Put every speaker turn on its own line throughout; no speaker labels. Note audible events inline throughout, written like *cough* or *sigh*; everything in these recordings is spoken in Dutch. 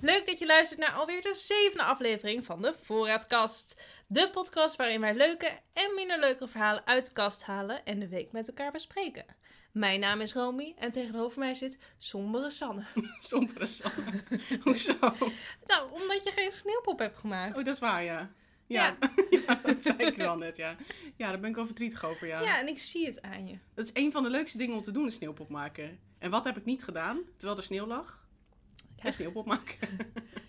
Leuk dat je luistert naar alweer de zevende aflevering van de Voorraadkast. De podcast waarin wij leuke en minder leuke verhalen uit de kast halen en de week met elkaar bespreken. Mijn naam is Romy en tegenover mij zit sombere Sanne.
Sombere
*laughs*
Sanne. Hoezo? Oh,
Nou, omdat je geen sneeuwpop hebt gemaakt.
dat is waar, ja. Ja, *laughs* ja dat zei ik nu al net, ja. Ja, daar ben ik wel verdrietig over, ja.
Ja, en ik zie het aan je.
Dat is een van de leukste dingen om te doen, een sneeuwpop maken. En wat heb ik niet gedaan, terwijl er sneeuw lag?
Ja.
Een sneeuwpop maken. *laughs*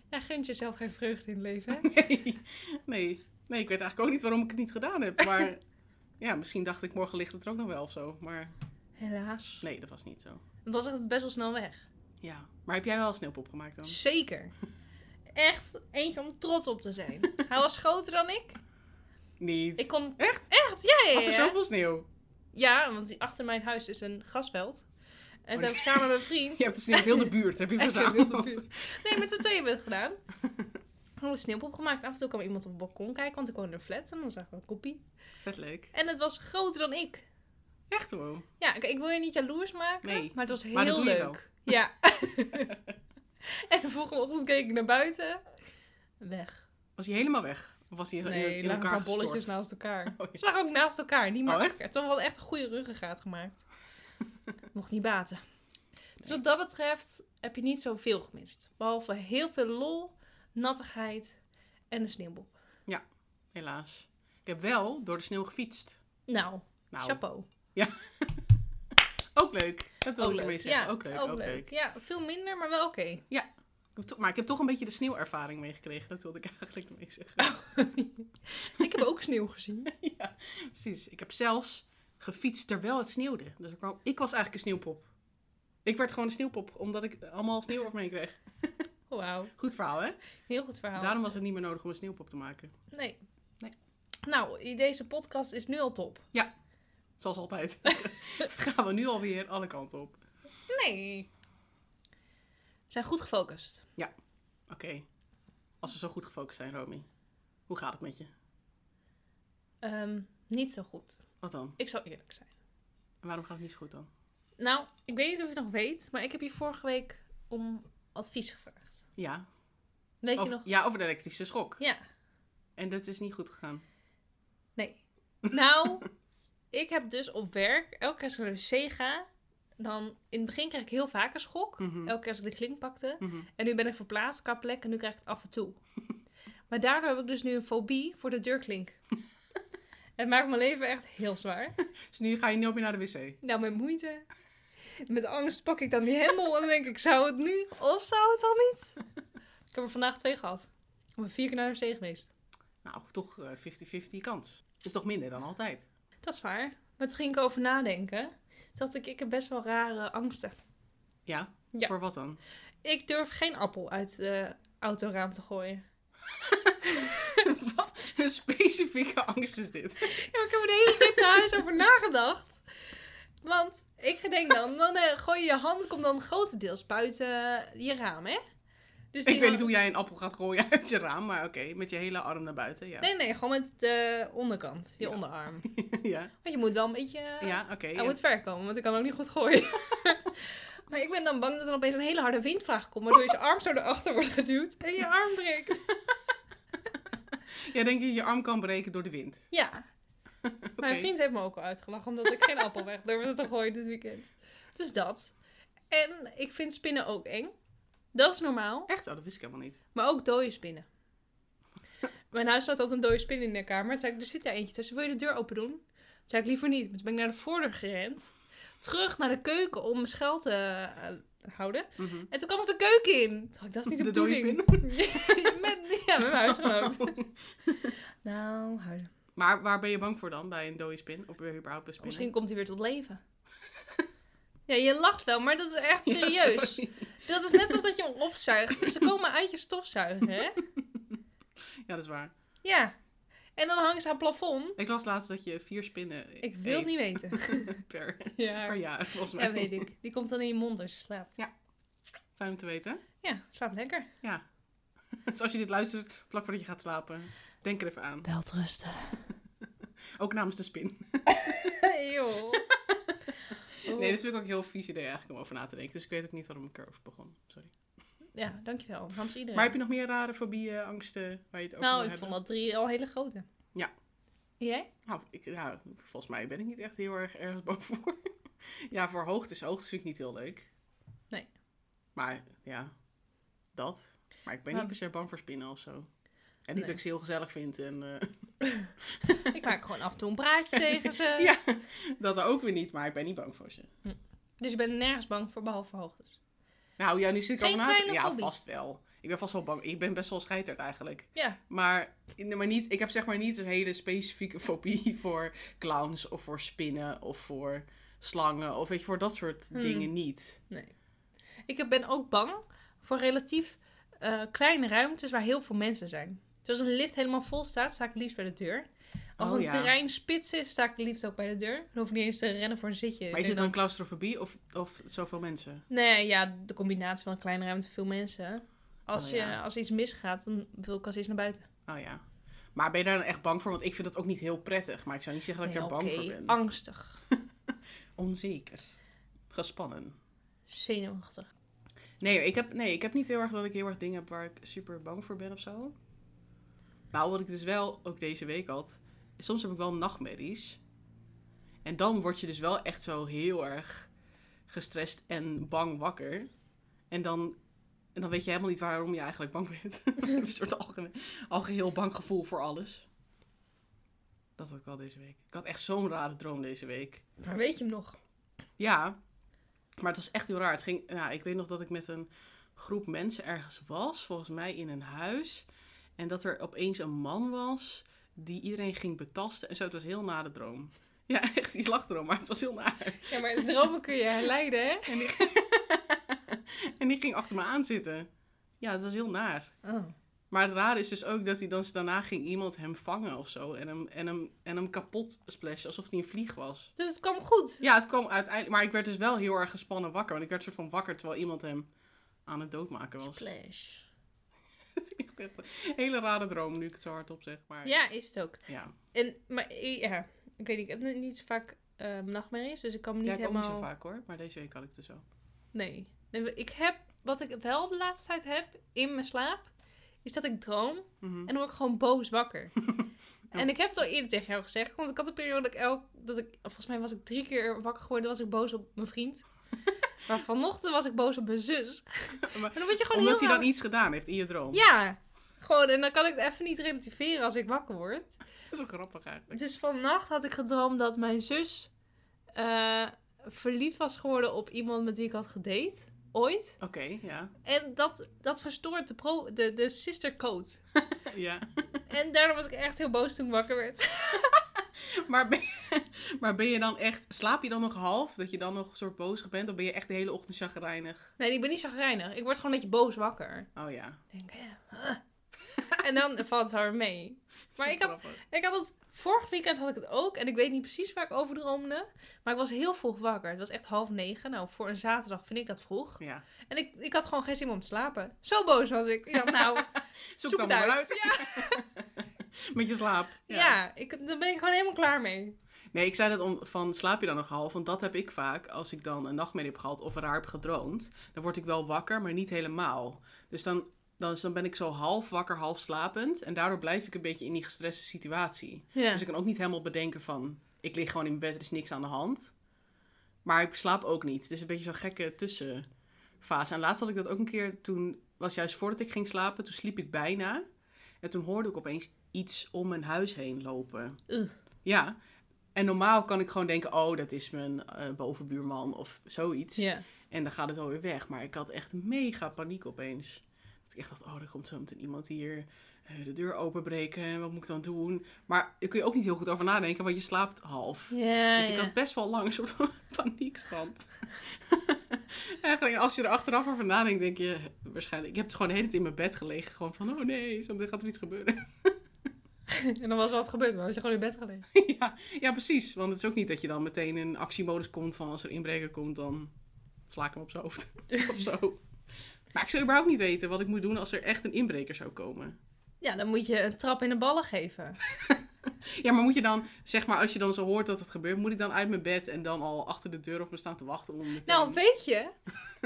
Ja, gunt jezelf geen vreugde in het leven, *laughs* hè?
Nee. nee, nee, ik weet eigenlijk ook niet waarom ik het niet gedaan heb.
*laughs*
Maar ja, misschien dacht ik, morgen ligt het er ook nog wel of zo. Maar
Helaas.
nee, dat was niet zo.
Het was echt best wel snel weg.
Ja, maar heb jij wel een sneeuwpop gemaakt dan?
*laughs* Zeker. Echt eentje om trots op te *laughs* zijn. Hij was groter dan ik.
Niet.
Ik Eh. kon...
Echt?
Echt, ja, ja, ja.
Was er zoveel sneeuw?
Ja, want die achter mijn huis is een gasveld. En
Oh,
dat heb ik samen met mijn vriend.
Je hebt de sneeuw heel de buurt,
*laughs*
heb je
Echt heel de
verzameld.
buurt. Nee, met z'n tweeën hebben we het
*laughs*
gedaan. We hebben een sneeuwpop gemaakt. Af en toe kwam iemand op het balkon kijken, want ik woonde in een flat. En dan zagen we een koppie.
Vet leuk.
En het was groter dan ik.
Echt hoor.
Ja, kijk, ik wil je niet jaloers maken,
Nee,
maar het was heel
maar dat doe je
leuk.
*laughs*
Ja. *laughs* en de volgende ochtend keek ik naar buiten. Weg.
Was hij helemaal weg? Of was hij in-
Nee,
in
lagen een
elkaar
paar
gestort?
bolletjes naast elkaar.
*laughs* Oh, ja.
Ze lagen ook naast elkaar, niet meer
Oh, echt?
achter. Toen wel echt een goede ruggengraat
*laughs*
gemaakt. Mocht niet baten. Dus wat dat betreft heb je niet zoveel gemist. Behalve heel veel lol, nattigheid en een sneeuwbol.
Helaas. Ik heb wel door de sneeuw gefietst.
Nou,
Nou,
chapeau.
ook leuk. Dat wil
Ook
ik ermee
leuk.
zeggen.
Ja,
ook leuk, ook, leuk.
Ja, veel minder, maar wel oké.
*laughs* Ik heb to- Maar ik heb toch een beetje de sneeuwervaring meegekregen. Dat wilde ik *laughs* eigenlijk ermee zeggen.
ik heb ook sneeuw gezien.
ja, precies. Ik heb zelfs gefietst terwijl het sneeuwde. Dus ik, kwam- ik was eigenlijk een sneeuwpop. Ik werd gewoon een sneeuwpop, omdat ik allemaal sneeuw over me heen kreeg.
Wauw,
Goed verhaal, hè?
heel goed verhaal.
Daarom was het niet meer nodig om een sneeuwpop te maken.
Nee.
Nee.
Nou, i- deze podcast is nu al top.
Zoals altijd. *laughs* Gaan we nu alweer alle kanten op.
Nee. We zijn goed gefocust.
Oké. Als we zo goed gefocust zijn, Romy. Hoe gaat het met je?
Ehm, niet zo goed.
Wat dan?
Ik zal eerlijk zijn.
En waarom gaat het niet zo goed dan?
Nou, ik weet niet of je het nog weet, maar ik heb je vorige week om advies gevraagd.
Ja,
Weet
over,
je nog?
ja over de elektrische schok.
Ja.
En dat is niet goed gegaan.
Nee. Nou, *laughs* ik heb dus op werk, elke keer als ik naar de wc ga, dan in het begin krijg ik heel vaak een schok.
Mhm.
Elke keer als ik de klink pakte.
Mhm.
En nu ben ik verplaatst qua plek en nu krijg ik het af en toe. Maar daardoor heb ik dus nu een fobie voor de deurklink. Het maakt mijn leven echt heel zwaar.
Dus nu ga je nooit meer naar de wc.
Nou, met moeite. Met angst pak ik dan die hendel en dan denk ik, zou het nu of zou het al niet? *laughs* Ik heb er vandaag twee gehad. Ik ben vier keer naar de wc geweest.
Nou, toch eh, 50-50 kans. Is toch minder dan altijd?
Dat is waar. Maar toen ging ik over nadenken. Toen dacht ik, ik heb best wel rare angsten.
Ja?
Ja.
Voor wat dan? *laughs*
Ik durf geen appel uit de autoraam te *laughs* gooien.
wat een specifieke angst is dit.
Ja, maar ik heb er de hele tijd thuis over nagedacht. Want ik denk dan, dan eh, gooi je je hand, komt dan grotendeels buiten je raam, hè? Dus die
Ik weet niet hoe jij een appel gaat gooien *laughs* uit je raam, maar oké. met je hele arm naar buiten, ja.
Nee, nee, gewoon met de onderkant, je
Ja.
onderarm.
*laughs* ja,
Want je moet wel een beetje...
ja oké.
Hij
ja.
moet ver komen, want ik kan ook niet goed gooien. *laughs* maar ik ben dan bang dat er opeens een hele harde windvraag komt, waardoor je arm zo erachter wordt geduwd en je arm breekt.
Jij denkt dat je je arm kan breken door de wind.
Ja,
*laughs* Oké.
mijn vriend heeft me ook al uitgelachen, omdat ik geen appel weg durfde te gooien dit weekend. Dus dat. En ik vind spinnen ook eng. Dat is normaal,
Echt? Oh, dat wist ik helemaal niet.
maar ook dode spinnen. *laughs* Mijn huis had altijd een dode spin in de kamer. Toen zei ik, er zit daar eentje tussen. Wil je de deur open doen? Toen zei ik, liever niet. Dus Toen ben ik naar de voordeur gerend. Terug naar de keuken om mijn schuil te eh, houden.
Mhm.
En toen kwam ze de keuken in. Toen dacht ik, dat is niet de,
De dode
bedoeling. met, *laughs* ja, met mijn
*laughs*
huisgenoot. nou, huilen.
Maar waar ben je bang voor dan? Bij een dode spin? Of bij überhaupt bij spinnen?
Misschien komt hij weer tot leven. ja, je lacht wel, maar dat is echt serieus.
*laughs* Ja, sorry.
dat is net zoals dat je hem opzuigt. Ze komen uit je stofzuiger, hè?
ja, dat is waar.
Ja. En dan hangen ze aan het plafond.
Ik las laatst dat je vier spinnen
Ik wil het
eet
niet
*laughs*
weten.
Per, per
Ja,
jaar, volgens mij.
ja, weet ik. Die komt dan in je mond als je slaapt.
*laughs* Fijn om te weten.
Ja, slaap lekker.
Ja. Dus als je dit luistert, vlak voordat je gaat slapen, denk er even aan.
Welterusten.
Ook namens de spin.
*laughs*
*laughs*
Eeuw. Oh.
dus- Nee, dit vind ik ook een heel vies idee eigenlijk om over na te denken. Dus ik weet ook niet waarom ik erover begon. Sorry.
ja, dankjewel. Namens iedereen.
Maar heb je nog meer rare fobieën, angsten waar je het over
nou,
wil
ik
hebben?
vond dat drie al hele grote.
Ja.
Jij?
Nou, ik, nou, volgens mij ben ik niet echt heel erg ergens *laughs* bang voor. ja, voor hoogtes. Hoogtes vind ik niet heel leuk.
Nee.
Maar ja, dat. Maar ik ben
Maar-
niet per se bang voor spinnen of zo. En
Nee.
niet dat ik ze heel gezellig vind. En, eh,
ik maak gewoon af en toe een
*laughs*
praatje tegen ze.
ja, dat ook weer niet, maar ik ben niet bang voor ze.
Dus ik ben nergens bang voor, behalve voor hoogtes.
Nou ja, nu zit ik al
Geen
na te-
kleine
Ja,
fobie.
vast wel. Ik ben vast wel bang. Ik ben best wel scheiterd eigenlijk.
Ja.
Maar, maar niet, ik heb zeg maar niet een hele specifieke fobie *laughs* voor clowns of voor spinnen of voor slangen of weet je, voor dat soort
Hmm.
dingen niet.
Ik heb- ben ook bang voor relatief eh, kleine ruimtes waar heel veel mensen zijn. Dus als een lift helemaal vol staat, sta ik het liefst bij de deur. Als
Oh,
een
ja.
terrein spits is, sta ik het liefst ook bij de deur. Dan hoef ik niet eens te rennen voor een zitje. Ik
Maar is
denk
het dan claustrofobie of, of zoveel mensen?
Nee, ja, de combinatie van een kleine ruimte, veel mensen. Als,
Oh,
je,
ja.
als iets misgaat, dan wil ik als eerst naar buiten.
Oh ja. Maar ben je daar dan echt bang voor? Want ik vind dat ook niet heel prettig. Maar ik zou niet zeggen dat ik
Nee,
daar bang
oké,
voor ben.
Angstig.
Onzeker. Gespannen.
Zenuwachtig.
Nee ik, heb, nee, ik heb niet heel erg dat ik heel erg dingen heb waar ik super bang voor ben of zo. Maar wat ik dus wel ook deze week had, soms heb ik wel nachtmerries. En dan word je dus wel echt zo heel erg gestrest en bang wakker. En dan, en dan weet je helemaal niet waarom je eigenlijk bang bent. *laughs* een soort algemeen, algeheel bang gevoel voor alles. Dat had ik wel deze week. Ik had echt zo'n rare droom deze week.
Maar weet je hem nog?
Ja, maar het was echt heel raar. Het ging, nou, ik weet nog dat ik met een groep mensen ergens was, volgens mij in een huis. En dat er opeens een man was die iedereen ging betasten. En zo, het was een heel nare droom. *laughs* Ja, echt, die slagdroom, maar het was heel naar.
Ja, maar de dromen kun je herleiden, hè?
En die ging achter me aan zitten. Ja, het was heel naar.
Oh.
Maar het rare is dus ook dat hij dan daarna ging iemand hem vangen of zo. En hem, en hem, en hem kapot splashen, alsof hij een vlieg was.
Dus het kwam goed.
Ja, het kwam uiteindelijk. Maar ik werd dus wel heel erg gespannen wakker. Want ik werd soort van wakker terwijl iemand hem aan het doodmaken was.
Splash.
*laughs* Echt echt een hele rare droom, nu ik het zo hardop zeg. Maar ja.
Ja, is het ook. En, maar eh, ja, ik weet niet, ik heb niet- niet zo vaak eh, nachtmerries, dus ik kan me niet
Ja, ik ook
helemaal...
niet zo vaak hoor, maar deze week had ik dus wel.
Nee. nee. Ik heb, wat ik wel de laatste tijd heb in mijn slaap, is dat ik droom
Mhm.
en dan word ik gewoon boos
*laughs*
wakker. En ik heb het al eerder tegen jou gezegd, want ik had een periode dat ik elk, dat ik, volgens mij was ik drie keer wakker geworden, was ik boos op mijn
*laughs*
vriend. maar vanochtend was ik boos op mijn zus.
Maar
en dan word je gewoon
Omdat
heel
hij dan
raar-
iets gedaan heeft in je droom.
Ja, gewoon, en dan kan ik het even niet relativeren als ik wakker word.
Dat is wel grappig eigenlijk.
Dus vannacht had ik gedroomd dat mijn zus eh, verliefd was geworden op iemand met wie ik had gedate. Ooit.
Oké, ja.
En dat, dat verstoort de, pro, de, de sistercode.
ja.
*laughs*
*laughs*
En daardoor was ik echt heel boos toen ik wakker werd.
Maar, ben je, maar ben je dan echt, slaap je dan nog half? Dat je dan nog een soort bozig bent? Of ben je echt de hele ochtend chagrijnig?
Nee, ik ben niet chagrijnig. Ik word gewoon een beetje boos wakker.
Oh ja.
Ik denk, hè, huh. *laughs* En dan valt het haar mee. Maar
Zo
ik had,
grappig.
ik had het... Vorig weekend had ik het ook. En ik weet niet precies waar ik over droomde. Maar ik was heel vroeg wakker. Het was echt half negen. Nou, voor een zaterdag vind ik dat vroeg.
Ja.
En ik, ik had gewoon geen zin meer om te slapen. Zo boos was ik. Ik dacht, nou,
Zoek,
Zoek
dan
het
maar
uit.
uit. *laughs* Met je slaap.
ja, ik, daar ben ik gewoon helemaal klaar mee.
Nee, ik zei dat om, van slaap je dan nog half? Want dat heb ik vaak als ik dan een nachtmerrie heb gehad of raar heb gedroomd. Dan word ik wel wakker, maar niet helemaal. Dus dan, dan, dus dan ben ik zo half wakker, half slapend. En daardoor blijf ik een beetje in die gestreste situatie.
Ja.
Dus ik kan ook niet helemaal bedenken van, ik lig gewoon in bed, er is niks aan de hand. Maar ik slaap ook niet. Dus een beetje zo'n gekke tussenfase. En laatst had ik dat ook een keer, toen was juist voordat ik ging slapen, toen sliep ik bijna. En toen hoorde ik opeens iets om mijn huis heen lopen.
Ugh.
Ja. En normaal kan ik gewoon denken, oh, dat is mijn eh, bovenbuurman of zoiets.
ja.
En dan gaat het alweer weg. Maar ik had echt mega paniek opeens. Dat ik echt dacht, oh, er komt zo meteen iemand hier eh, de deur openbreken. En wat moet ik dan doen? Maar daar kun je ook niet heel goed over nadenken, want je slaapt half.
Ja,
dus ik had best wel lang een soort van *laughs* paniekstand. *laughs* Eigenlijk, als je er achteraf over nadenkt, denk je eh, waarschijnlijk... Ik heb het gewoon de hele tijd in mijn bed gelegen. Gewoon van, oh nee, zometeen gaat er iets gebeuren.
*laughs* En dan was er wat gebeurd. Dan was je gewoon in bed gelegen.
*laughs* ja, ja, precies. Want het is ook niet dat je dan meteen in actiemodus komt van... als er inbreker komt, dan sla ik hem op zijn *laughs* hoofd. of zo. Maar ik zou überhaupt niet weten wat ik moet doen als er echt een inbreker zou komen.
Ja, dan moet je een trap in de ballen geven.
Ja, maar moet je dan, zeg maar, als je dan zo hoort dat het gebeurt, moet ik dan uit mijn bed en dan al achter de deur op me staan te wachten om. meteen-
Nou, weet *laughs* je,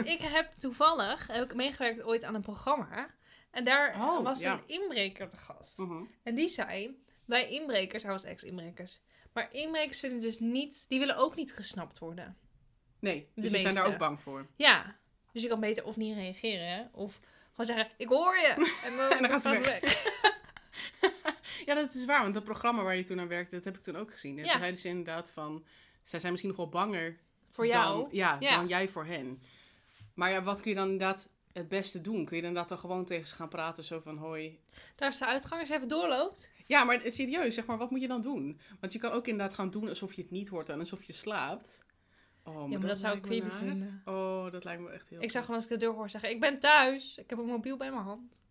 ik heb toevallig heb ik meegewerkt ooit aan een programma. En daar eh,
Oh,
was
ja.
een inbreker te gast.
Mhm.
En die zei, wij inbrekers, hij was ex-inbrekers. Maar inbrekers vinden dus niet, die willen ook niet gesnapt worden.
Nee,
De
dus die zijn daar
meeste.
ook bang voor.
Ja, dus je kan beter of niet reageren, hè, of gewoon zeggen, ik hoor
*laughs*
je. En dan,
En dan gaat ze
gaan
Ja, dat is waar, want dat programma waar je toen aan werkte, dat heb ik toen ook gezien. En
Ja.
toen zeiden ze inderdaad van, zij zijn misschien nog wel banger
Voor jou.
Dan, ja,
Ja.
dan jij voor hen. Maar ja, wat kun je dan inderdaad het beste doen? Kun je dan inderdaad dan gewoon tegen ze gaan praten, zo van hoi.
Daar is de uitgang, als je even doorloopt.
Ja, maar serieus, zeg maar, wat moet je dan doen? Want je kan ook inderdaad gaan doen alsof je het niet hoort en alsof je slaapt. Oh,
ja, maar dat zou ik
lijkt me
creepy
naar.
vinden.
Oh, dat lijkt me echt heel...
Ik zou
goed.
gewoon als ik de deur hoor zeggen, ik ben thuis. Ik heb een mobiel bij mijn hand.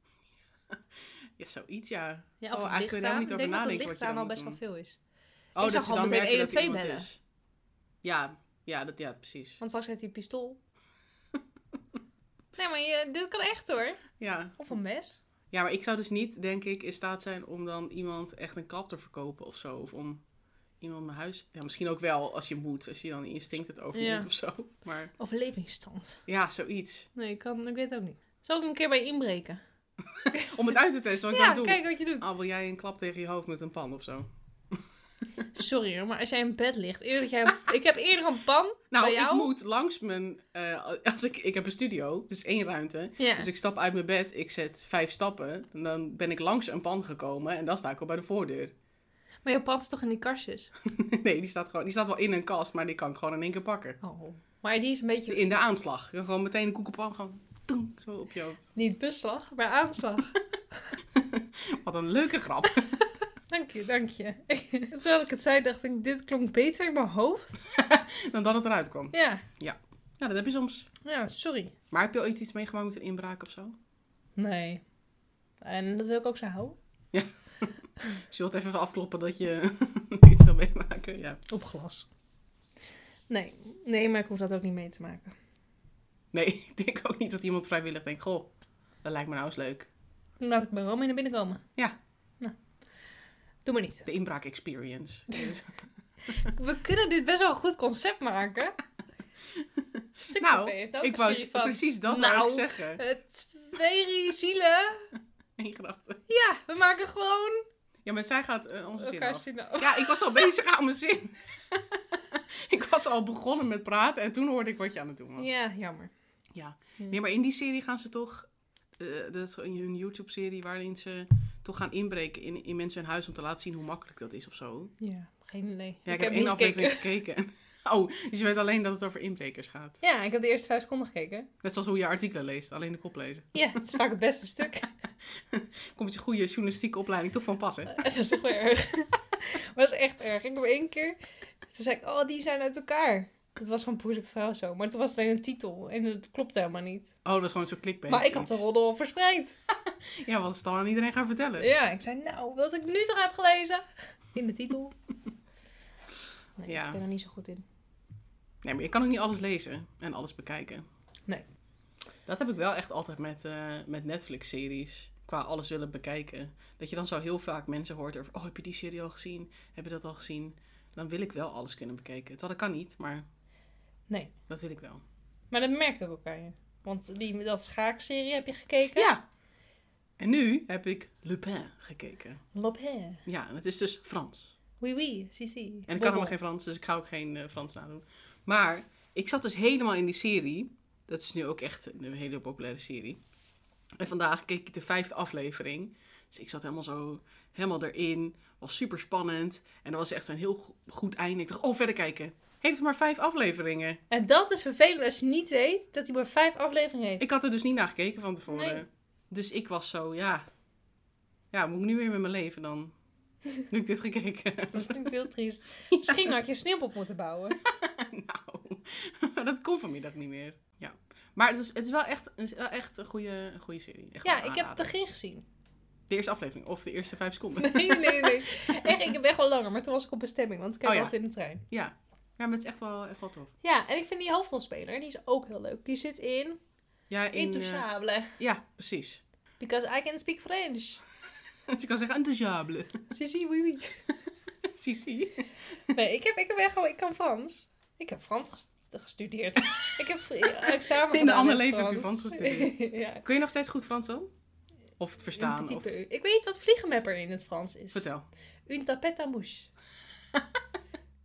Ja, zoiets, ja.
Ja, of
Oh,
het
eigenlijk
licht
kun je
aan.
daar niet
ik denk
over
dat het
nadenken
licht
wat je
aan
dan
al best wel
moet
veel is.
Oh,
zou
dat ze
gewoon
dan
meteen
merken dat er
112
iemand
bellen.
is. Ja, ja, dat, ja, precies.
Want straks heeft hij een
*laughs*
pistool. nee, maar je, dit kan echt hoor.
Ja.
Of een mes.
ja, maar ik zou dus niet, denk ik, in staat zijn om dan iemand echt een klap te verkopen of zo. Of om iemand mijn huis... Ja, misschien ook wel als je moet. Als je dan instinct het overmoet
Ja.
of zo. Maar
Overlevingsstand.
ja, zoiets.
Nee, ik, kan, ik weet het ook niet. Zal ik hem een keer bij je inbreken?
Om het uit te testen wat ik
Ja,
dan doe.
kijk wat je doet.
Al wil jij een klap tegen je hoofd met een pan of zo?
Sorry hoor, maar als jij in bed ligt. Eerder dat jij, ik heb eerder een pan.
Nou,
Bij
ik
jou?
moet langs mijn... eh, als ik, ik heb een studio, dus één ruimte.
Ja.
Dus ik stap uit mijn bed, ik zet vijf stappen. En dan ben ik langs een pan gekomen en dan sta ik al bij de voordeur. *laughs*
Maar je pan is toch in die kastjes?
nee, die staat, gewoon, die staat wel in een kast, maar die kan ik gewoon in één keer pakken.
Oh. Maar die is een beetje,
In de aanslag. Je kan Gewoon meteen een koekenpan, gewoon toeng, zo op je hoofd.
niet busslag, maar *laughs* aanslag.
Wat een
*laughs*
leuke grap.
dank je, dank je. *laughs* Terwijl ik het zei, dacht ik, dit klonk beter in mijn hoofd.
Dan dat het eruit kwam.
Ja,
Ja, dat heb je soms.
ja, sorry.
Maar heb je ooit iets meegemaakt met een inbraak of zo?
Nee. En dat wil ik ook zo houden.
Dus je wilt even afkloppen dat je *laughs* iets wil meemaken. Ja.
Op glas. Nee, nee, maar ik hoef dat ook niet mee te maken.
Nee, *laughs* ik denk ook niet dat iemand vrijwillig denkt, goh, dat lijkt me nou eens leuk.
Dan laat ik bij Rome naar binnen komen.
Ja.
Nou, doe maar niet.
De
*laughs*
inbraak experience. Dus-
We kunnen dit best wel een goed concept *laughs* maken. Stukcafé
Nou,
heeft ook
ik
een
wou
serie van...
precies dat
Nou.
wou ik zeggen. *laughs*
eh, twee zielen.
In gedachten.
Ja, we maken gewoon
Ja, maar zij gaat eh, onze zin
elkaar
af.
zien. af.
Ja, ik was al bezig
*laughs*
aan mijn zin. *laughs* ik was al begonnen met praten en toen hoorde ik wat je aan het doen was.
Ja, jammer.
Nee, maar in die serie gaan ze toch... eh, dat is in hun YouTube-serie waarin ze toch gaan inbreken in, in mensen hun huis... om te laten zien hoe makkelijk dat is of zo.
Ja, geen idee.
Ja, ik, heb één aflevering gekeken. *laughs* Oh, dus je weet alleen dat het over inbrekers gaat.
*laughs* Ja, ik heb de eerste vijf seconden gekeken.
Net zoals hoe je artikelen leest, alleen de kop lezen.
Ja, het is vaak het beste stuk. *laughs*
Komt je goede journalistieke opleiding toch van passen?
Dat is toch wel erg. *laughs* Dat was echt erg. Ik heb één keer... Toen zei ik, oh, die zijn uit elkaar. Het was gewoon poeselijk verhaal zo. Maar toen was het alleen een titel. En het klopte helemaal niet.
Oh, dat is gewoon zo'n clickbait.
Maar ik had de
iets.
roddel al verspreid.
Ja, wat is het dan aan iedereen gaan vertellen?
Ja, ik zei, nou, wat ik nu toch heb gelezen. *laughs* In de titel. Nee,
Ja.
ik ben er niet zo goed in.
Nee, maar je kan ook niet alles lezen en alles bekijken.
Nee.
Dat heb ik wel echt altijd met, eh, met Netflix-series. Qua alles willen bekijken. Dat je dan zo heel vaak mensen hoort over... Oh, heb je die serie al gezien? Heb je dat al gezien? Dan wil ik wel alles kunnen bekijken. Terwijl dat kan niet, maar...
Nee.
Dat wil ik wel.
Maar dat merk ik ook aan je. Want die, dat schaakserie heb je gekeken.
Ja! En nu heb ik Lupin gekeken.
Lopé.
Ja, en het is dus Frans.
Oui, oui, si, si.
En ik kan helemaal geen Frans, dus ik ga ook geen eh, Frans nadoen. Maar ik zat dus helemaal in die serie. Dat is nu ook echt een hele populaire serie. En vandaag keek ik de vijfde aflevering. Dus ik zat helemaal zo, helemaal erin. Was super spannend. En dat was echt een heel go- goed einde. Ik dacht, oh, verder kijken. Heeft het maar vijf afleveringen.
En dat is vervelend als je niet weet dat hij maar vijf afleveringen heeft.
Ik had er dus niet naar gekeken van tevoren.
Nee.
Dus ik was zo, ja. Ja, moet ik nu weer met mijn leven dan? Nu ik dit gekeken heb.
Dat klinkt heel triest. Misschien had je een sneeuwpop moeten
*laughs*
bouwen.
Nou, *laughs* maar dat kon vanmiddag niet meer. Ja. Maar het is, het is wel echt, het is wel echt een, goede, een goede serie. Echt
Ja,
een
ik heb het
aanrader.
begin
*laughs*
gezien.
de eerste aflevering of de eerste vijf
*laughs*
seconden.
Nee, nee, nee. Echt, ik heb echt wel langer, maar toen was ik op bestemming, want ik heb
Oh ja.
altijd in de trein.
Ja. ja, maar het is echt wel, echt wel tof.
Ja, en ik vind die hoofdrolspeler, die is ook heel leuk. Die zit in
Ja, in, eh,
Intouchable.
ja precies. *laughs*
Because I can speak French.
Dus ik kan zeggen, *laughs* indouable.
Sissi, oui, oui.
Sisi.
Nee, ik heb, ik heb echt wel, ik kan Frans. Ik heb Frans ges-
*laughs*
gestudeerd. ik heb v- examen
In een
gedaan
ander
in
leven heb je Frans gestudeerd.
*laughs* ja.
Kun je nog steeds goed Frans dan? Of het
een
verstaan?
petit
Of...
peu. Ik weet niet wat vliegenmepper in het Frans is.
Vertel. *laughs*
Une tapette à mouche.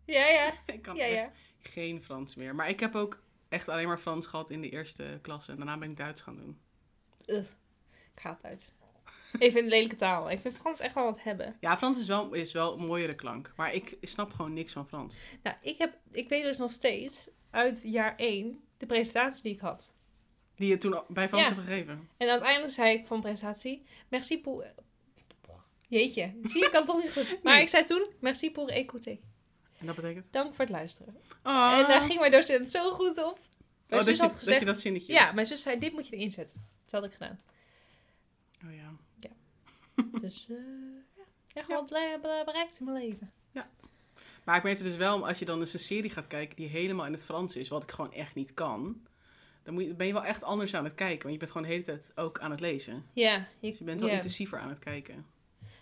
ja, ja.
Ik kan
Ja,
echt
ja.
geen Frans meer. Maar ik heb ook echt alleen maar Frans gehad in de eerste klasse. En daarna ben ik Duits gaan doen.
Ik haat Duits. Ik vind het lelijke taal. Ik vind Frans echt wel wat hebben.
Ja, Frans is wel, is wel een mooiere klank. Maar ik snap gewoon niks van Frans.
Nou, ik, heb, ik weet dus nog steeds uit jaar 1 de presentatie die ik had.
Die je toen al- bij Frans
Ja.
hebt gegeven.
En uiteindelijk zei ik van presentatie, merci pour... Jeetje, zie je, ik kan het toch niet goed. Maar
Nee.
ik zei toen, merci pour écouter.
En dat betekent?
Dank voor het luisteren.
Ah.
En daar ging mijn docent zo goed op. Mijn
oh, dat,
zus
je,
had
dat
gezegd,
je dat zinnetje
ja,
wist.
mijn zus zei, dit moet je erin zetten. Dat had ik gedaan.
Oh ja.
Dus eh, ja, echt wel blij- blij- bereikt in mijn leven.
Maar ik merkte dus wel, als je dan eens een serie gaat kijken die helemaal in het Frans is, wat ik gewoon echt niet kan, dan moet je, ben je wel echt anders aan het kijken. Want je bent gewoon de hele tijd ook aan het lezen.
Ja, je,
Dus je bent wel
ja.
intensiever aan het kijken.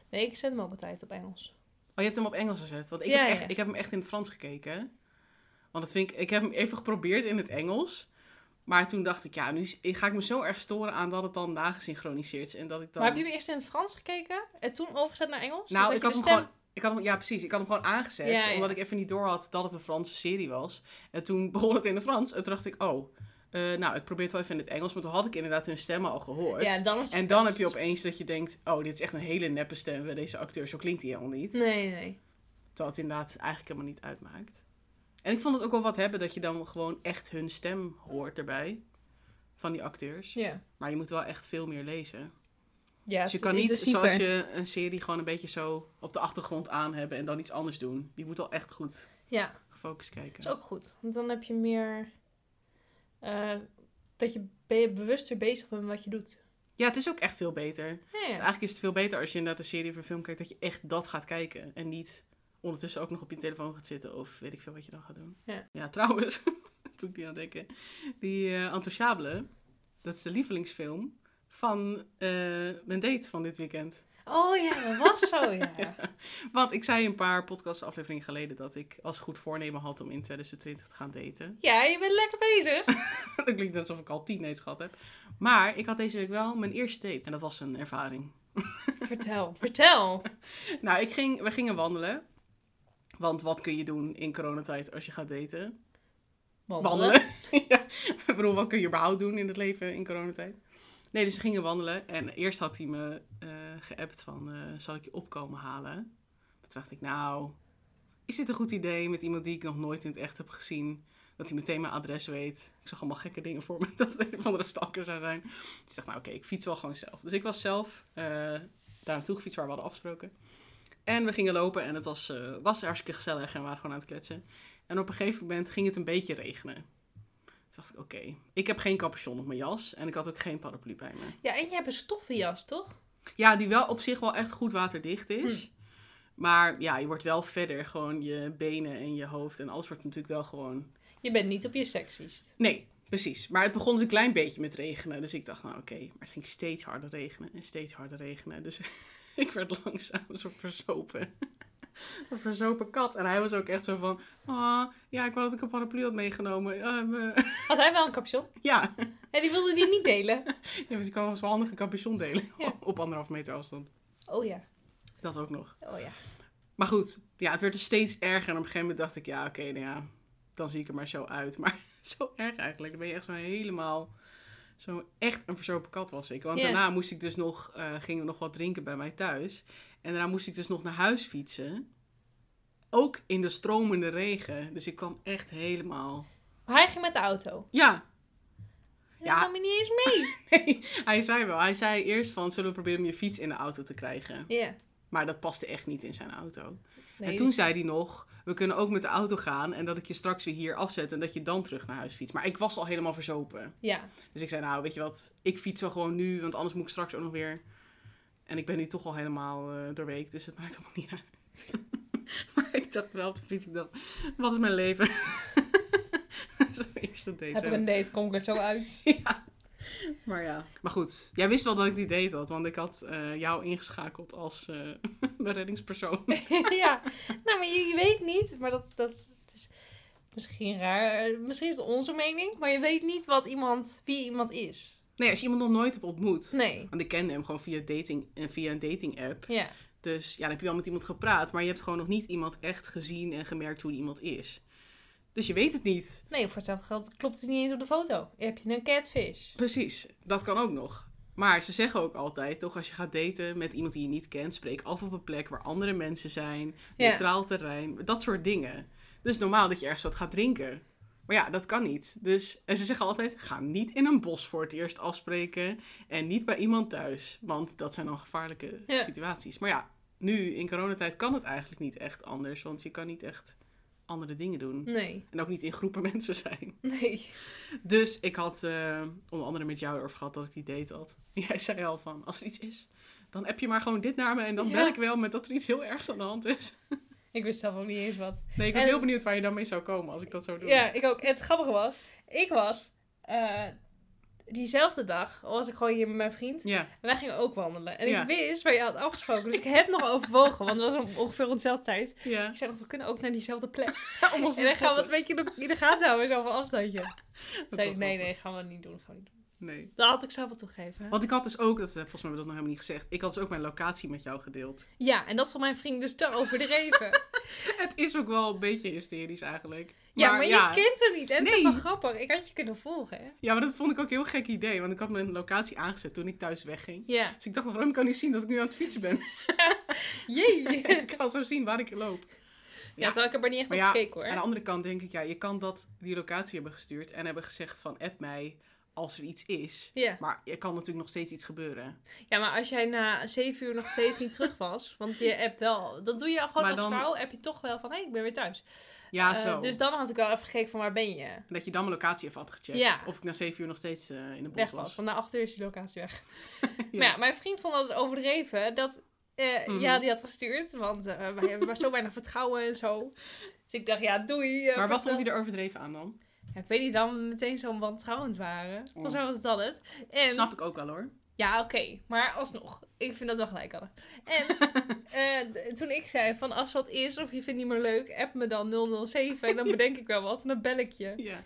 Nee, ik zet hem ook altijd op Engels.
Oh, je hebt hem op Engels gezet. Want ik,
Ja,
heb, echt,
ja.
ik heb hem echt in het Frans gekeken. Want dat vind ik, ik heb hem even geprobeerd in het Engels. Maar toen dacht ik, ja, nu is- ga ik me zo erg storen aan dat het dan nagesynchroniseerd is. En dat ik dan...
Maar heb je hem eerst in het Frans gekeken en toen overgezet naar Engels? Dus
Nou,
dat
ik
je
had
de
hem
stem-
gewoon. Ik had hem, ja, precies. Ik had hem gewoon aangezet.
Ja, ja.
Omdat ik even niet door had dat het een Franse serie was. En toen *laughs* begon het in het Frans. En toen dacht ik, oh, eh, nou, ik probeer het wel even in het Engels. Maar toen had ik inderdaad hun stemmen al gehoord.
Ja, dan is het
en dan heb
verpest.
je opeens dat je denkt, oh, dit is echt een hele neppe stem bij deze acteur. Zo klinkt hij helemaal niet.
Nee, nee.
Terwijl het inderdaad eigenlijk helemaal niet uitmaakt. En ik vond het ook wel wat hebben dat je dan gewoon echt hun stem hoort erbij. Van die acteurs.
Ja.
Maar je moet wel echt veel meer lezen.
ja
Dus je
het
kan
is
niet
intensiever.
zoals je een serie gewoon een beetje zo op de achtergrond aan hebben en dan iets anders doen. Je moet al echt goed
Ja,
gefocust kijken.
dat is ook goed. Want dan heb je meer... eh, dat je be- bewuster bezig bent met wat je doet.
Ja, het is ook echt veel beter.
Ja,
Want
ja.
Eigenlijk is het veel beter als je inderdaad een serie of een film kijkt dat je echt dat gaat kijken. En niet ondertussen ook nog op je telefoon gaat zitten of weet ik veel wat je dan gaat doen.
Ja.
trouwens, *laughs* moet ik nu aan denken. Die eh Intouchable, dat is de lievelingsfilm van eh, mijn date van dit weekend.
Oh ja, dat was zo,
*laughs*
ja.
Want ik zei een paar podcastafleveringen geleden dat ik als goed voornemen had om in 2020 te gaan daten.
Ja, je bent lekker bezig.
*laughs* dat klinkt alsof ik al tien dates gehad heb. Maar ik had deze week wel mijn eerste date. En dat was een ervaring.
vertel, vertel.
Nou, ik ging, we gingen wandelen. Want wat kun je doen in coronatijd als je gaat daten? Wandelen. ja, ik bedoel, wat kun je überhaupt doen in het leven in coronatijd? Nee, dus we gingen wandelen. En eerst had hij me eh geappt van, eh, zal ik je opkomen halen? Toen dacht ik, nou, is dit een goed idee met iemand die ik nog nooit in het echt heb gezien? Dat hij meteen mijn adres weet. Ik zag allemaal gekke dingen voor me, *laughs* dat het een of andere stalker zou zijn. Dus ik dacht, nou oké, ik fiets wel gewoon zelf. Dus ik was zelf eh, daar naartoe gefietst waar we hadden afgesproken. En we gingen lopen en het was, eh, was hartstikke gezellig en we waren gewoon aan het kletsen. En op een gegeven moment ging het een beetje regenen. Toen dacht ik, oké, ik heb geen capuchon op mijn jas en ik had ook geen paraplu bij me.
Ja, en je hebt een stoffenjas, toch?
Ja, die wel op zich wel echt goed waterdicht is. Maar ja, je wordt wel verder. Gewoon je benen en je hoofd en alles wordt natuurlijk wel gewoon...
Je bent niet op je seksiest.
Nee, precies. Maar het begon dus een klein beetje met regenen. Dus ik dacht, nou oké. Maar het ging steeds harder regenen en steeds harder regenen. Dus *laughs* ik werd langzaam zo verzopen. *laughs* Een verzopen kat. En hij was ook echt zo van... Ah, ja, ik wou dat ik een paraplu had meegenomen. Ehm, eh,
Had hij wel een capuchon?
*laughs* ja.
En die wilde die niet delen.
ja, want je kan wel zo handig een capuchon delen.
Ja.
*laughs* Op anderhalf meter afstand.
Oh ja,
Dat ook nog.
oh ja.
Maar goed, ja, het werd dus steeds erger. En op een gegeven moment dacht ik, ja, oké, nou ja, dan zie ik er maar zo uit. *laughs* Maar zo erg eigenlijk. Dan ben je echt zo helemaal, zo echt een verzopen kat was ik. Want
Ja.
daarna moest ik dus nog, eh gingen we nog wat drinken bij mij thuis. En daarna moest ik dus nog naar huis fietsen. Ook in de stromende regen. Dus ik kwam echt helemaal...
Maar hij ging met de auto.
Ja, *laughs*
En
Ja.
dan kwam je niet eens mee.
nee, hij zei wel. Hij zei eerst van, zullen we proberen om je fiets in de auto te krijgen?
Ja.
Maar dat paste echt niet in zijn auto.
Nee,
en toen zei hij nog, we kunnen ook met de auto gaan en dat ik je straks weer hier afzet en dat je dan terug naar huis fietst. Maar ik was al helemaal verzopen.
Ja,
Dus ik zei, nou weet je wat, ik fiets wel gewoon nu, want anders moet ik straks ook nog weer. En ik ben nu toch al helemaal eh, doorweekt, dus het maakt allemaal niet uit. *laughs* maar ik dacht wel op de fiets, ik dacht, wat is *laughs* mijn leven? Zo'n eerste date.
heb ik
zo.
een date, kom ik er zo uit.
Ja. Maar ja. Maar goed, jij wist wel dat ik die date had, want ik had eh, jou ingeschakeld als eh *laughs* reddingspersoon.
*laughs* ja, nou, maar je, je weet niet, maar dat, dat het is misschien raar. eh, Misschien is het onze mening, maar je weet niet wat iemand, wie iemand is.
Nee, als je iemand nog nooit hebt ontmoet.
Nee.
Want ik kende hem gewoon via, dating, eh, via een dating app.
Ja.
Dus ja, dan heb je wel met iemand gepraat, maar je hebt gewoon nog niet iemand echt gezien en gemerkt hoe die iemand is. Dus je weet het niet.
Nee, voor hetzelfde geld klopt het niet eens op de foto. Heb je een catfish?
Precies, dat kan ook nog. Maar ze zeggen ook altijd, toch, als je gaat daten met iemand die je niet kent, spreek af op een plek waar andere mensen zijn,
Ja.
neutraal terrein, dat soort dingen. Dus normaal dat je ergens wat gaat drinken. Maar ja, dat kan niet. Dus, en ze zeggen altijd, ga niet in een bos voor het eerst afspreken en niet bij iemand thuis. Want dat zijn dan gevaarlijke
Ja.
situaties. Maar ja, nu in coronatijd kan het eigenlijk niet echt anders, want je kan niet echt andere dingen doen.
Nee.
En ook niet in groepen *laughs* mensen zijn.
Nee.
Dus ik had eh, onder andere met jou erover gehad dat ik die date had. *laughs* Jij zei al van, als er iets is, dan app je maar gewoon dit naar me en dan
Ja.
bel ik wel met dat er iets heel ergs aan de hand is. *laughs*
Ik wist zelf ook niet eens wat.
Nee, ik was
En-
heel benieuwd waar je dan mee zou komen als ik dat zou doen.
Ja, ik ook. En het grappige was, ik was eh, diezelfde dag, was ik gewoon hier met mijn vriend.
Ja,
En wij gingen ook wandelen. En
Ja.
ik wist waar je had afgesproken. Dus ik heb nog overwogen, want het was om- ongeveer rond dezelfde tijd. *laughs*
ja.
Ik zei nog, we kunnen ook naar diezelfde *laughs* plek.
Om ons te
En dan gaan we
spotten.
het een beetje in de, in de gaten houden, zo van afstandje. Toen
Dat
zei ik,
was
nee,
grappig.
nee, gaan we niet doen. Gaan we niet doen.
Nee.
Dat had ik zelf wel toegeven.
Want ik had dus ook, dat eh, volgens mij hebben we dat nog helemaal niet gezegd, ik had dus ook mijn locatie met jou gedeeld.
Ja, en dat van mijn vriend dus te *laughs* overdreven.
Het is ook wel een beetje hysterisch eigenlijk.
ja, maar je kent hem niet. En het
Nee.
is wel grappig. Ik had je kunnen volgen, hè?
ja, maar dat vond ik ook een heel gek idee, want ik had mijn locatie aangezet toen ik thuis wegging.
Ja.
Dus ik dacht, waarom kan nu zien dat ik nu aan het fietsen ben? *laughs*
*laughs* Jee.
ik kan zo zien waar ik loop.
Ja, terwijl ik er maar niet echt
Maar
op
ja,
gekeken, hoor.
Aan de andere kant denk ik, ja, je kan dat, die locatie hebben gestuurd en hebben gezegd van app mij als er iets is.
Ja.
Maar er kan natuurlijk nog steeds iets gebeuren.
ja, maar als jij na zeven uur nog steeds niet terug was, want je appt wel, dat doe je gewoon
Maar
als
dan-
vrouw, app je toch wel van, hé, ik ben weer thuis.
Ja,
Eh,
zo.
dus dan had ik wel even gekeken van, waar ben je?
En Dat je dan mijn locatie even had gecheckt.
Ja.
Of ik na zeven uur nog steeds eh, in de bos
Weg
was.
was, want na acht uur is je locatie
*laughs*
weg.
Ja.
Maar ja, mijn vriend vond dat overdreven, dat, eh,
Mhm.
ja, die had gestuurd, want eh, wij hebben maar zo weinig vertrouwen en zo. Dus ik dacht, ja, doei. eh,
maar wat
vertel-
vond hij er overdreven aan dan?
Ja, ik weet niet waarom we meteen zo wantrouwend waren. Volgens mij was dat het. En,
Oh. Snap ik ook wel hoor.
Ja, oké. Maar alsnog. Ik vind dat wel gelijk hadden. *laughs* En eh, d- toen ik zei van als wat is of je vindt niet meer leuk, app me dan 007 *laughs* en dan bedenk ik wel wat en dan bel ik je.
Ja.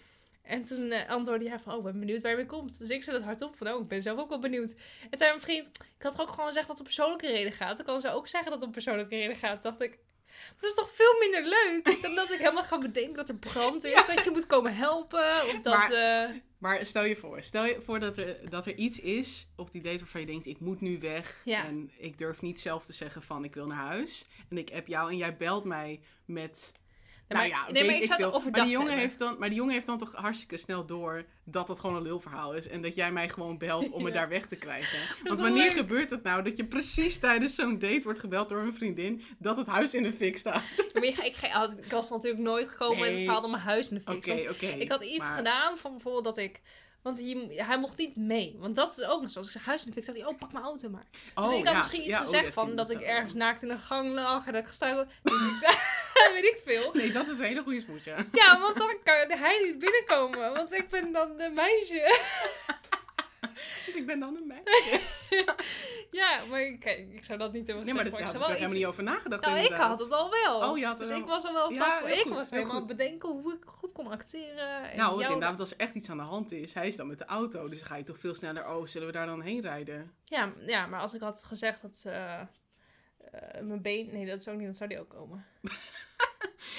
En toen eh, antwoordde hij van oh, ik ben benieuwd waar je mee komt. Dus ik zei dat hardop van oh, ik ben zelf ook wel benieuwd. En zei mijn vriend, ik had toch ook gewoon gezegd dat het om persoonlijke reden gaat. Dan kan ze ook zeggen dat het om persoonlijke reden gaat. Toen dacht ik, maar dat is toch veel minder leuk dan dat ik helemaal ga bedenken dat er brand *laughs* is, dat je moet komen helpen of dat...
Maar-
*laughs* eh,
Maar stel je voor, stel je voor dat er, dat er iets is op die date waarvan je denkt, ik moet nu weg.
Ja.
En ik durf niet zelf te zeggen van, ik wil naar huis. En ik app jou en jij belt mij met...
Nee, maar-
nou ja,
nee,
weet
maar ik
ik
zou het
veel.
overdag
maar die, jongen
hebben.
heeft dan, maar die jongen heeft dan toch hartstikke snel door dat dat gewoon een lulverhaal is. En dat jij mij gewoon belt
*laughs*
om me
Ja.
daar weg te krijgen.
toch
Want wanneer
leuk?
gebeurt het nou dat je precies tijdens zo'n date wordt gebeld door een vriendin dat het huis in de fik staat?
Maar ik, ik, ga- had- ik was natuurlijk nooit gekomen en het
Nee.
verhaal dat mijn huis in de fik
Oké,
stond.
oké.
Ik had iets
maar-
gedaan van bijvoorbeeld dat ik... Want hij, hij mocht niet mee. Want dat is ook nog zo. Als ik zeg huis in de fik, zat hij, oh, pak mijn auto maar.
Oh,
dus ik had
ja,
misschien iets
ja, oh,
gezegd
dat
van
zie
dat ik
zo.
ergens naakt in een gang lag en dat *laughs* ik gestuild... *laughs* weet ik veel.
Nee, dat is een hele goede smoes, ja.
Ja, want dan kan hij niet binnenkomen. Want ik ben dan de meisje. *laughs*
Want *laughs* ik ben dan een meid.
Ja, maar kijk, ik zou dat niet hebben
Nee, maar
gezegd.
dat
ik
had ik
zou
er
wel
helemaal
iets...
niet over nagedacht.
Nou, ik
inderdaad.
had het al wel.
Oh, je had het
dus
al-
ik was al wel een
Ja,
stap voor.
heel
Ik
goed,
was
heel
helemaal aan
goed.
het bedenken hoe ik goed kon acteren. En
Nou, want
jou-
inderdaad, als er echt iets aan de hand is, hij is dan met de auto. Dus dan ga je toch veel sneller, oh, zullen we daar dan heen rijden?
Ja, m- ja, maar als ik had gezegd dat eh, eh, mijn been... Nee, dat is ook niet. Dat zou die ook
*laughs*
komen.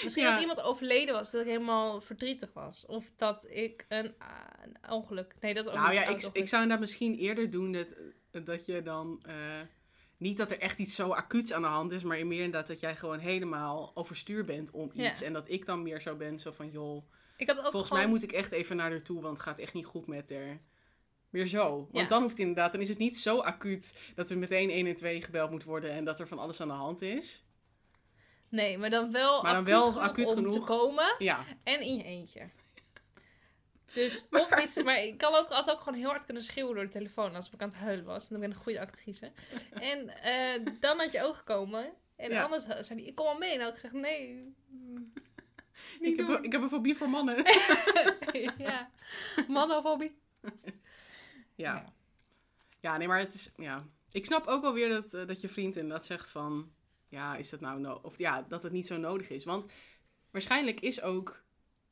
Misschien
Ja.
als iemand overleden was, dat ik helemaal verdrietig was. Of dat ik een, ah, een ongeluk... Nee, dat is ook
nou
niet
ja,
een
ik,
oud
ik
ongeluk.
zou inderdaad misschien eerder doen dat, dat je dan... eh, niet dat er echt iets zo acuuts aan de hand is, maar meer inderdaad dat jij gewoon helemaal overstuur bent om
Ja.
iets. En dat ik dan meer zo ben, zo van, joh,
Ik had ook
volgens
gewoon...
mij moet ik echt even naar haar toe, want het gaat echt niet goed met haar. Weer zo. Want
Ja.
dan hoeft het inderdaad, dan is het niet zo acuut dat er meteen 1 en 2 gebeld moet worden en dat er van alles aan de hand is.
Nee, maar dan wel
Maar dan
acuut
wel
genoeg
acuut
om te
genoeg.
komen.
Ja,
En in je
*laughs*
eentje. Dus of iets, maar ik kan ook, had ook gewoon heel hard kunnen schreeuwen door de telefoon als ik aan het huilen was. En ik ben een goede
*laughs*
actrice. En eh, dan had je ook gekomen. En
Ja.
anders zei hij, ik kom al mee. En dan had ik gezegd, nee. mm, Niet
*laughs* ik heb,
doen. *laughs*
een- ik heb een fobie voor mannen.
ja. Mannofobie.
*laughs* Ja. ja. nee, maar het is... Ja. Ik snap ook wel weer dat, eh, dat je vriend inderdaad zegt van... Ja, is dat nou... No of ja, dat het niet zo nodig is. Want waarschijnlijk is ook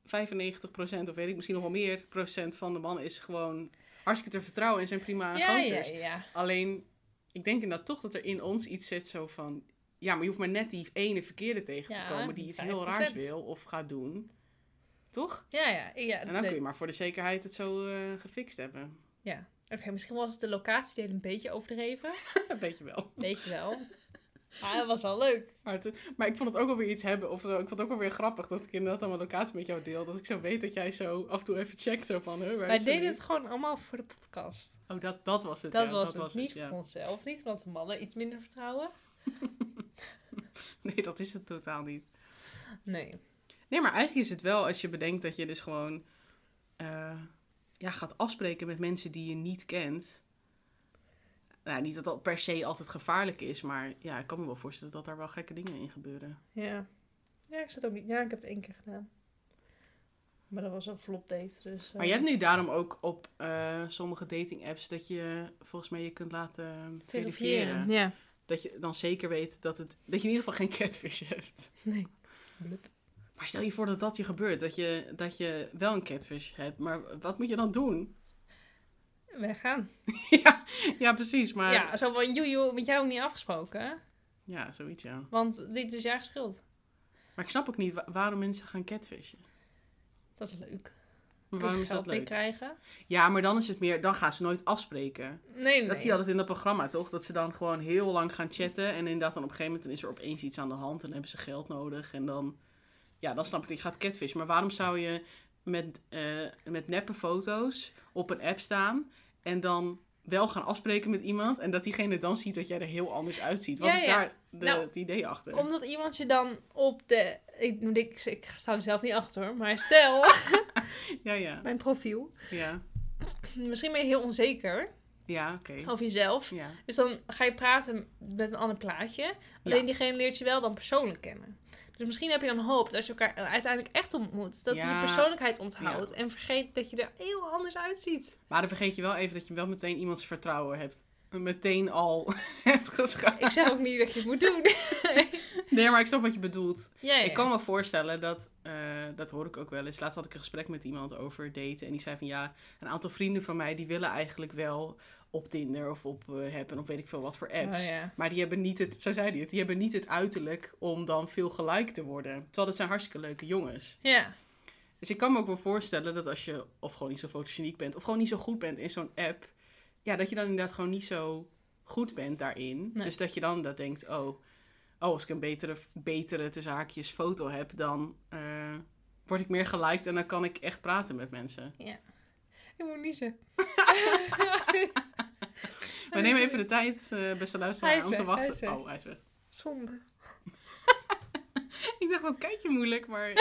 95% of weet ik misschien nog wel meer procent van de man is gewoon hartstikke te vertrouwen en zijn prima
Ja, ja,
gozers.
ja.
Alleen, ik denk inderdaad toch dat er in ons iets zit zo van... Ja, maar je hoeft maar net die ene verkeerde tegen
Ja,
te komen die
die
iets heel raars
5%.
wil of gaat doen. Toch?
Ja, ja, ja.
En dan
de-
kun je maar voor de zekerheid het zo eh, gefixt hebben. *laughs*
ja. Oké, misschien was de locatie een beetje overdreven.
Een beetje wel.
Weet je wel.
*laughs*
Maar dat was wel leuk.
Maar, het- maar ik vond het ook wel weer iets hebben of zo. Ik vond het ook wel weer grappig dat ik inderdaad allemaal locatie met jou deel. Dat ik zo weet dat jij zo af en toe even checkt zo van... Huh, waar
Wij
is ze nu?
deden het gewoon allemaal voor de podcast.
Oh, dat, dat was het.
Dat
ja,
was
dat
het.
was
niet
het, ja.
voor onszelf. Niet omdat we mannen iets minder vertrouwen.
Nee, dat is het totaal niet.
Nee.
Nee, maar eigenlijk is het wel als je bedenkt dat je dus gewoon eh, ja, gaat afspreken met mensen die je niet kent. Nou, niet dat dat per se altijd gevaarlijk is, maar ja, ik kan me wel voorstellen dat daar wel gekke dingen in gebeuren.
Ja. Ja, ik zat ook niet. Ja, ik heb het één keer gedaan. Maar dat was een flop date. Dus, eh,
Maar je hebt nu daarom ook op eh, sommige dating apps dat je volgens mij je kunt laten eh, verifiëren.
verifiëren. Ja.
Dat je dan zeker weet dat, het, dat je in ieder geval geen catfish hebt.
Nee.
Maar stel je voor dat dat je gebeurt, dat je, dat je wel een catfish hebt, maar wat moet je dan doen?
Wij gaan.
ja, ja, precies, maar ja,
Ja, zo van joejoe, met jou niet afgesproken. hè?
zoiets ja.
Want dit is jouw schuld.
Maar ik snap ook niet wa- waarom mensen gaan catfishen.
Dat is leuk. Kun
Maar waarom
je
is dat
geld mee
leuk?
krijgen?
Ja, maar dan is het meer, dan gaan ze nooit afspreken.
Nee, nee.
Dat zie je altijd in dat programma, toch? Dat ze dan gewoon heel lang gaan chatten. En inderdaad, dan op een gegeven moment dan is er opeens iets aan de hand. En dan hebben ze geld nodig. En dan, ja, dan snap ik, die gaat catfish. Maar waarom zou je met, eh, met neppe foto's op een app staan. En dan wel gaan afspreken met iemand. En dat diegene dan ziet dat jij er heel anders uitziet. Wat
Ja,
is
ja.
daar de,
Nou,
het idee achter?
Omdat iemand je dan op de... Ik, ik, ik sta er zelf niet achter, hoor. maar stel...
Ja, ja,
mijn profiel.
ja.
Misschien ben je heel onzeker
Ja, oké.
over jezelf.
Ja.
Dus dan ga je praten met een ander plaatje. Alleen diegene leert je wel dan persoonlijk kennen. Dus misschien heb je dan hoop dat als je elkaar uiteindelijk echt ontmoet, dat je
Ja.
je persoonlijkheid onthoudt en vergeet dat je er heel anders uitziet.
Maar dan vergeet je wel even dat je wel meteen iemands vertrouwen hebt. Meteen al *laughs* hebt geschaad.
Ik
*laughs*
zeg ook niet dat je het moet doen.
Nee, maar ik snap wat je bedoelt.
ja, ja.
Ik kan me voorstellen dat, eh, dat hoor ik ook wel eens. Laatst had ik een gesprek met iemand over daten. En die zei van ja, een aantal vrienden van mij die willen eigenlijk wel op Tinder of op eh Happen of weet ik veel wat voor apps.
Oh, ja.
Maar die hebben niet het, zo zei hij het, die hebben niet het uiterlijk om dan veel gelijk te worden. Terwijl dat zijn hartstikke leuke jongens.
Ja.
Dus ik kan me ook wel voorstellen dat als je of gewoon niet zo fotogeniek bent, of gewoon niet zo goed bent in zo'n app, ja, dat je dan inderdaad gewoon niet zo goed bent daarin.
Nee.
Dus dat je dan dat denkt, oh, oh als ik een betere, betere tussen haakjes foto heb, dan eh, word ik meer geliked en dan kan ik echt praten met mensen.
Ik moet
*laughs*
niezen.
We nemen even de tijd, eh, beste
Hij
luisteraar,
is
om te
weg, hij is
wachten.
weg.
oh, hij is weg.
Zonde. *laughs*
Ik dacht, wat kijk je moeilijk, maar...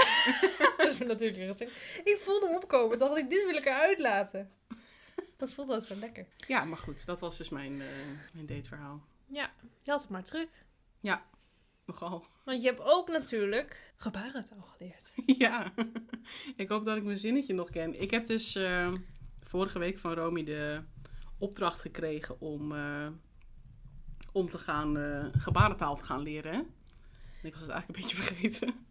Dat is me natuurlijk rustig. Ik voelde hem opkomen. Dacht ik, dit wil ik eruit laten. Dat voelde dat zo lekker.
ja, maar goed, dat was dus mijn, eh, mijn dateverhaal.
Je had het maar druk.
Nogal.
Want je hebt ook natuurlijk gebarentaal
*laughs*
geleerd.
Ja, ik hoop dat ik mijn zinnetje nog ken. Ik heb dus eh, vorige week van Romy de opdracht gekregen om, eh, om te gaan eh, gebarentaal te gaan leren. En ik was het eigenlijk een beetje *laughs* vergeten.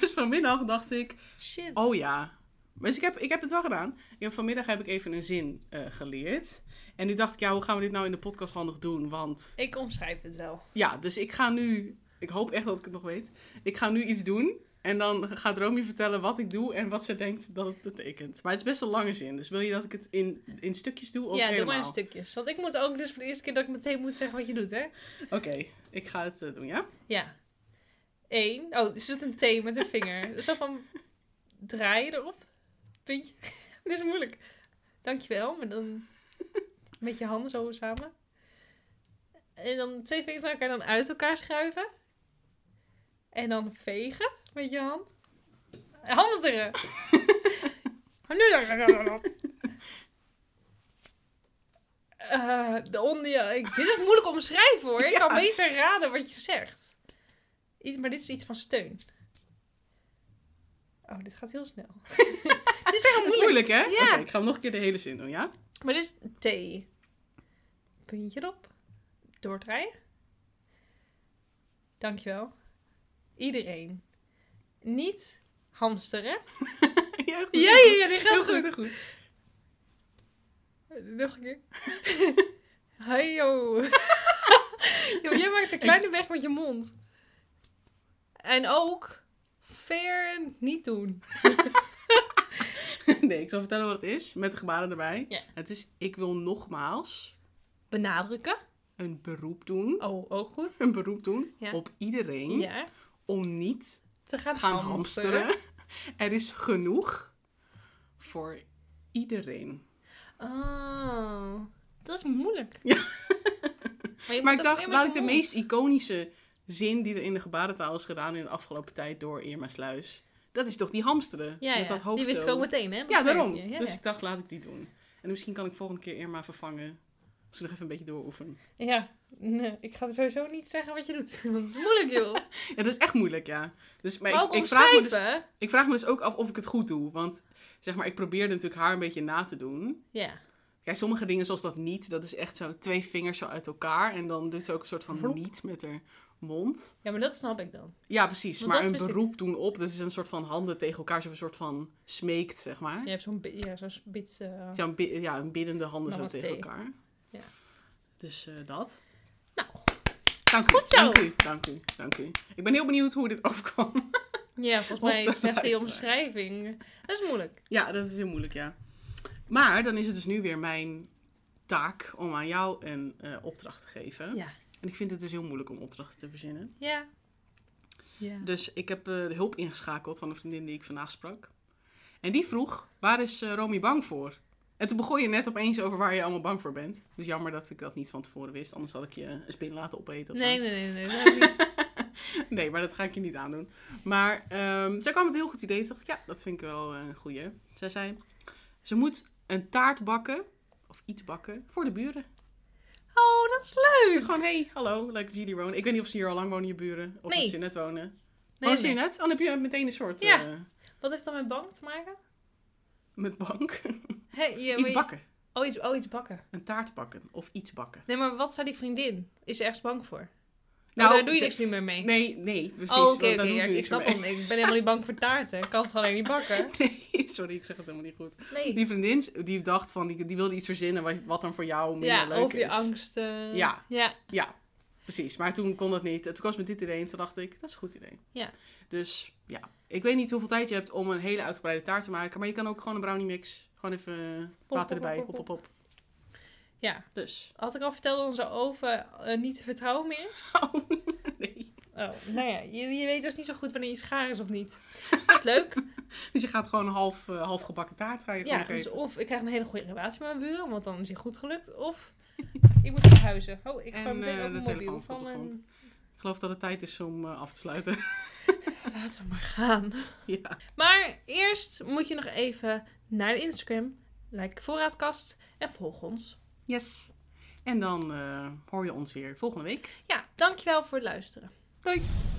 Dus vanmiddag dacht ik,
Shit.
oh ja. Dus ik heb, ik heb het wel gedaan. Ik heb, vanmiddag heb ik even een zin eh, geleerd. En nu dacht ik, ja, hoe gaan we dit nou in de podcast handig doen? Want
Ik omschrijf het wel.
ja, dus ik ga nu. Ik hoop echt dat ik het nog weet. Ik ga nu iets doen. En dan gaat Romy vertellen wat ik doe en wat ze denkt dat het betekent. Maar het is best een lange zin. Dus wil je dat ik het in, in stukjes doe? Of
ja, doe
helemaal?
maar in stukjes. Want ik moet ook dus voor de eerste keer dat ik meteen moet zeggen wat je doet, hè?
Oké, ik ga het eh, doen, ja?
Ja. Eén. Oh, er zit een T met een vinger. Zo van, draai je erop. Puntje. *laughs* Dit is moeilijk. Dankjewel. Maar dan *laughs* met je handen zo samen. En dan twee vingers naar elkaar dan uit elkaar schuiven. En dan vegen met je hand. Hamsteren. *laughs* Maar nu dan. *laughs* Eh, de onder... ik- Dit is moeilijk omschrijven hoor. Ik
Ja.
kan beter raden wat je zegt. Iets, maar dit is iets van steun. Oh, dit gaat heel snel. dit is echt
Dat
*laughs*
is
moeilijk.
moeilijk, hè?
Ja.
Oké, ik ga hem nog een keer de hele zin doen, ja?
Maar dit is thee. Puntje erop. Doordraaien. Dankjewel. Iedereen. Niet hamsteren.
*laughs* ja, goed.
Ja, ja, ja, die gaat
Heel
goed.
goed, heel goed.
Nog een keer. *laughs* Hajo. *laughs* Joh, jij maakt een kleine weg met je mond. En ook fair niet doen.
*laughs* nee, ik zal vertellen wat het is, met de gebaren erbij.
Ja.
Het is, ik wil nogmaals
Benadrukken.
een beroep doen,
Oh, ook goed.
een beroep doen
Ja.
op iedereen
Ja.
om niet
Te Hm? gaan,
te gaan hamsteren. *laughs* Er is genoeg voor iedereen.
Oh, dat is moeilijk.
Ja.
*laughs* je
Maar
moet
ik
ook
dacht,
in
laat
met
ik de
je mond.
meest iconische zin die er in de gebarentaal is gedaan in de afgelopen tijd door Irma Sluis. Dat is toch die hamsteren
Ja,
met
ja.
dat hoofd.
Die wist ik ook meteen, hè? Dat
Ja,
merkte
daarom.
je. Ja,
dus
ja.
ik dacht, laat ik die doen. En misschien kan ik volgende keer Irma vervangen. Als we nog even een beetje dooroefenen.
Ja, nee, ik ga sowieso niet zeggen wat je doet. *laughs* Want het is moeilijk, joh.
Ja, dat is echt moeilijk, ja. Dus, maar
Maar
ik,
ook
ik, vraag me dus,
omschrijven.
ik vraag me dus ook af of ik het goed doe. Want zeg maar, ik probeerde natuurlijk haar een beetje na te doen.
Ja.
Kijk, sommige dingen zoals dat niet, dat is echt zo twee vingers zo uit elkaar. En dan doet ze ook een soort van
Vloep.
niet met haar mond.
ja, maar dat snap ik dan.
Ja, precies.
Want
maar
dat
een
wist ik.
beroep doen op, dat is een soort van handen tegen elkaar, zo een soort van smeekt, zeg maar.
Je hebt zo'n bi- ja, zo'n bits... eh,
Ja, een, bi- ja, een biddende handen
Namaste.
zo tegen elkaar.
Ja.
Dus eh, dat.
Nou,
Dank u,
Goed zo.
dank u, dank u, dank u. Ik ben heel benieuwd hoe dit *laughs* overkwam.
ja, volgens mij is
de
echt die
luisteraar.
omschrijving. Dat is moeilijk.
ja, dat is heel moeilijk, ja. Maar dan is het dus nu weer mijn taak om aan jou een eh, opdracht te geven.
Ja.
En ik vind het dus heel moeilijk om opdrachten te verzinnen.
Ja. Ja.
Dus ik heb eh, de hulp ingeschakeld van een vriendin die ik vandaag sprak. En die vroeg, waar is eh, Romy bang voor? En toen begon je net opeens over waar je allemaal bang voor bent. Dus jammer dat ik dat niet van tevoren wist, anders had ik je een spin laten opeten. of zo.
Nee, nee, nee. nee, *laughs* dat heb ik niet.
Nee, maar dat ga ik je niet aandoen. Maar ehm, zij kwam met een heel goed idee. Toen dacht ik, ja, dat vind ik wel eh, een goeie. Zij zei, ze moet een taart bakken, of iets bakken, voor de buren.
oh, dat is
Dus
leuk.
gewoon, hey, hallo, leuk dat jullie wonen. Ik weet niet of ze hier al lang wonen, je buren. Of
Nee.
dat ze net wonen.
Nee,
oh, ze
nee.
hier net? Oh, dan heb je meteen een soort
Ja.
eh,
Wat heeft dat met bang te maken?
met bank. *laughs*
Hé, ja, maar
iets
je-
bakken.
Oh iets, oh, iets bakken.
Een taart bakken, of iets bakken.
Nee, maar wat zei die vriendin? Is ze ergens bang voor? Nou, daar doe je
ze-
niks meer mee.
Nee, nee, precies.
oh, oké,
want daar
oké,
doe
ja,
nu
ik
niks
snap
mee.
hem. Ik ben helemaal niet bang voor taarten. Ik kan het alleen niet
*laughs*
bakken.
Nee, sorry, ik zeg het helemaal niet goed.
Nee.
Die vriendin, die dacht van, die, die wilde iets verzinnen wat, wat dan voor jou minder
Ja,
leuk
over je
is.
angsten.
eh, Ja.
Ja.
Ja, precies. Maar toen kon dat niet. En toen kwam ze met dit idee en toen dacht ik, dat is een goed idee.
Ja.
Dus ja, ik weet niet hoeveel tijd je hebt om een hele uitgebreide taart te maken. Maar je kan ook gewoon een brownie mix. Gewoon even eh,
Pop,
water
pop,
erbij.
pop,
Op,
pop,
op, op.
Ja.
Dus.
Had ik al verteld dat onze oven eh, niet te vertrouwen meer is?
Oh, *laughs* nee.
Oh, nou ja. Je, je weet dus niet zo goed wanneer iets gaar is of niet. Wat
*laughs*
leuk.
Dus je gaat gewoon een half, eh, half gebakken taart ga je
Ja,
gewoon
dus
geven.
of ik krijg een hele goede relatie met mijn buren, want dan is die goed gelukt. Of ik moet verhuizen. Oh, ik ga
En,
meteen
eh,
op mijn
de
mobiel
telefoon staat
van
op de
mijn...
Ik geloof dat het tijd is om eh, af te sluiten. *laughs*
Laten we maar gaan.
ja.
Maar eerst moet je nog even naar de Instagram, like voorraadkast en volg ons.
Yes. En dan eh, hoor je ons weer volgende week.
Ja, dankjewel voor het luisteren.
Doei.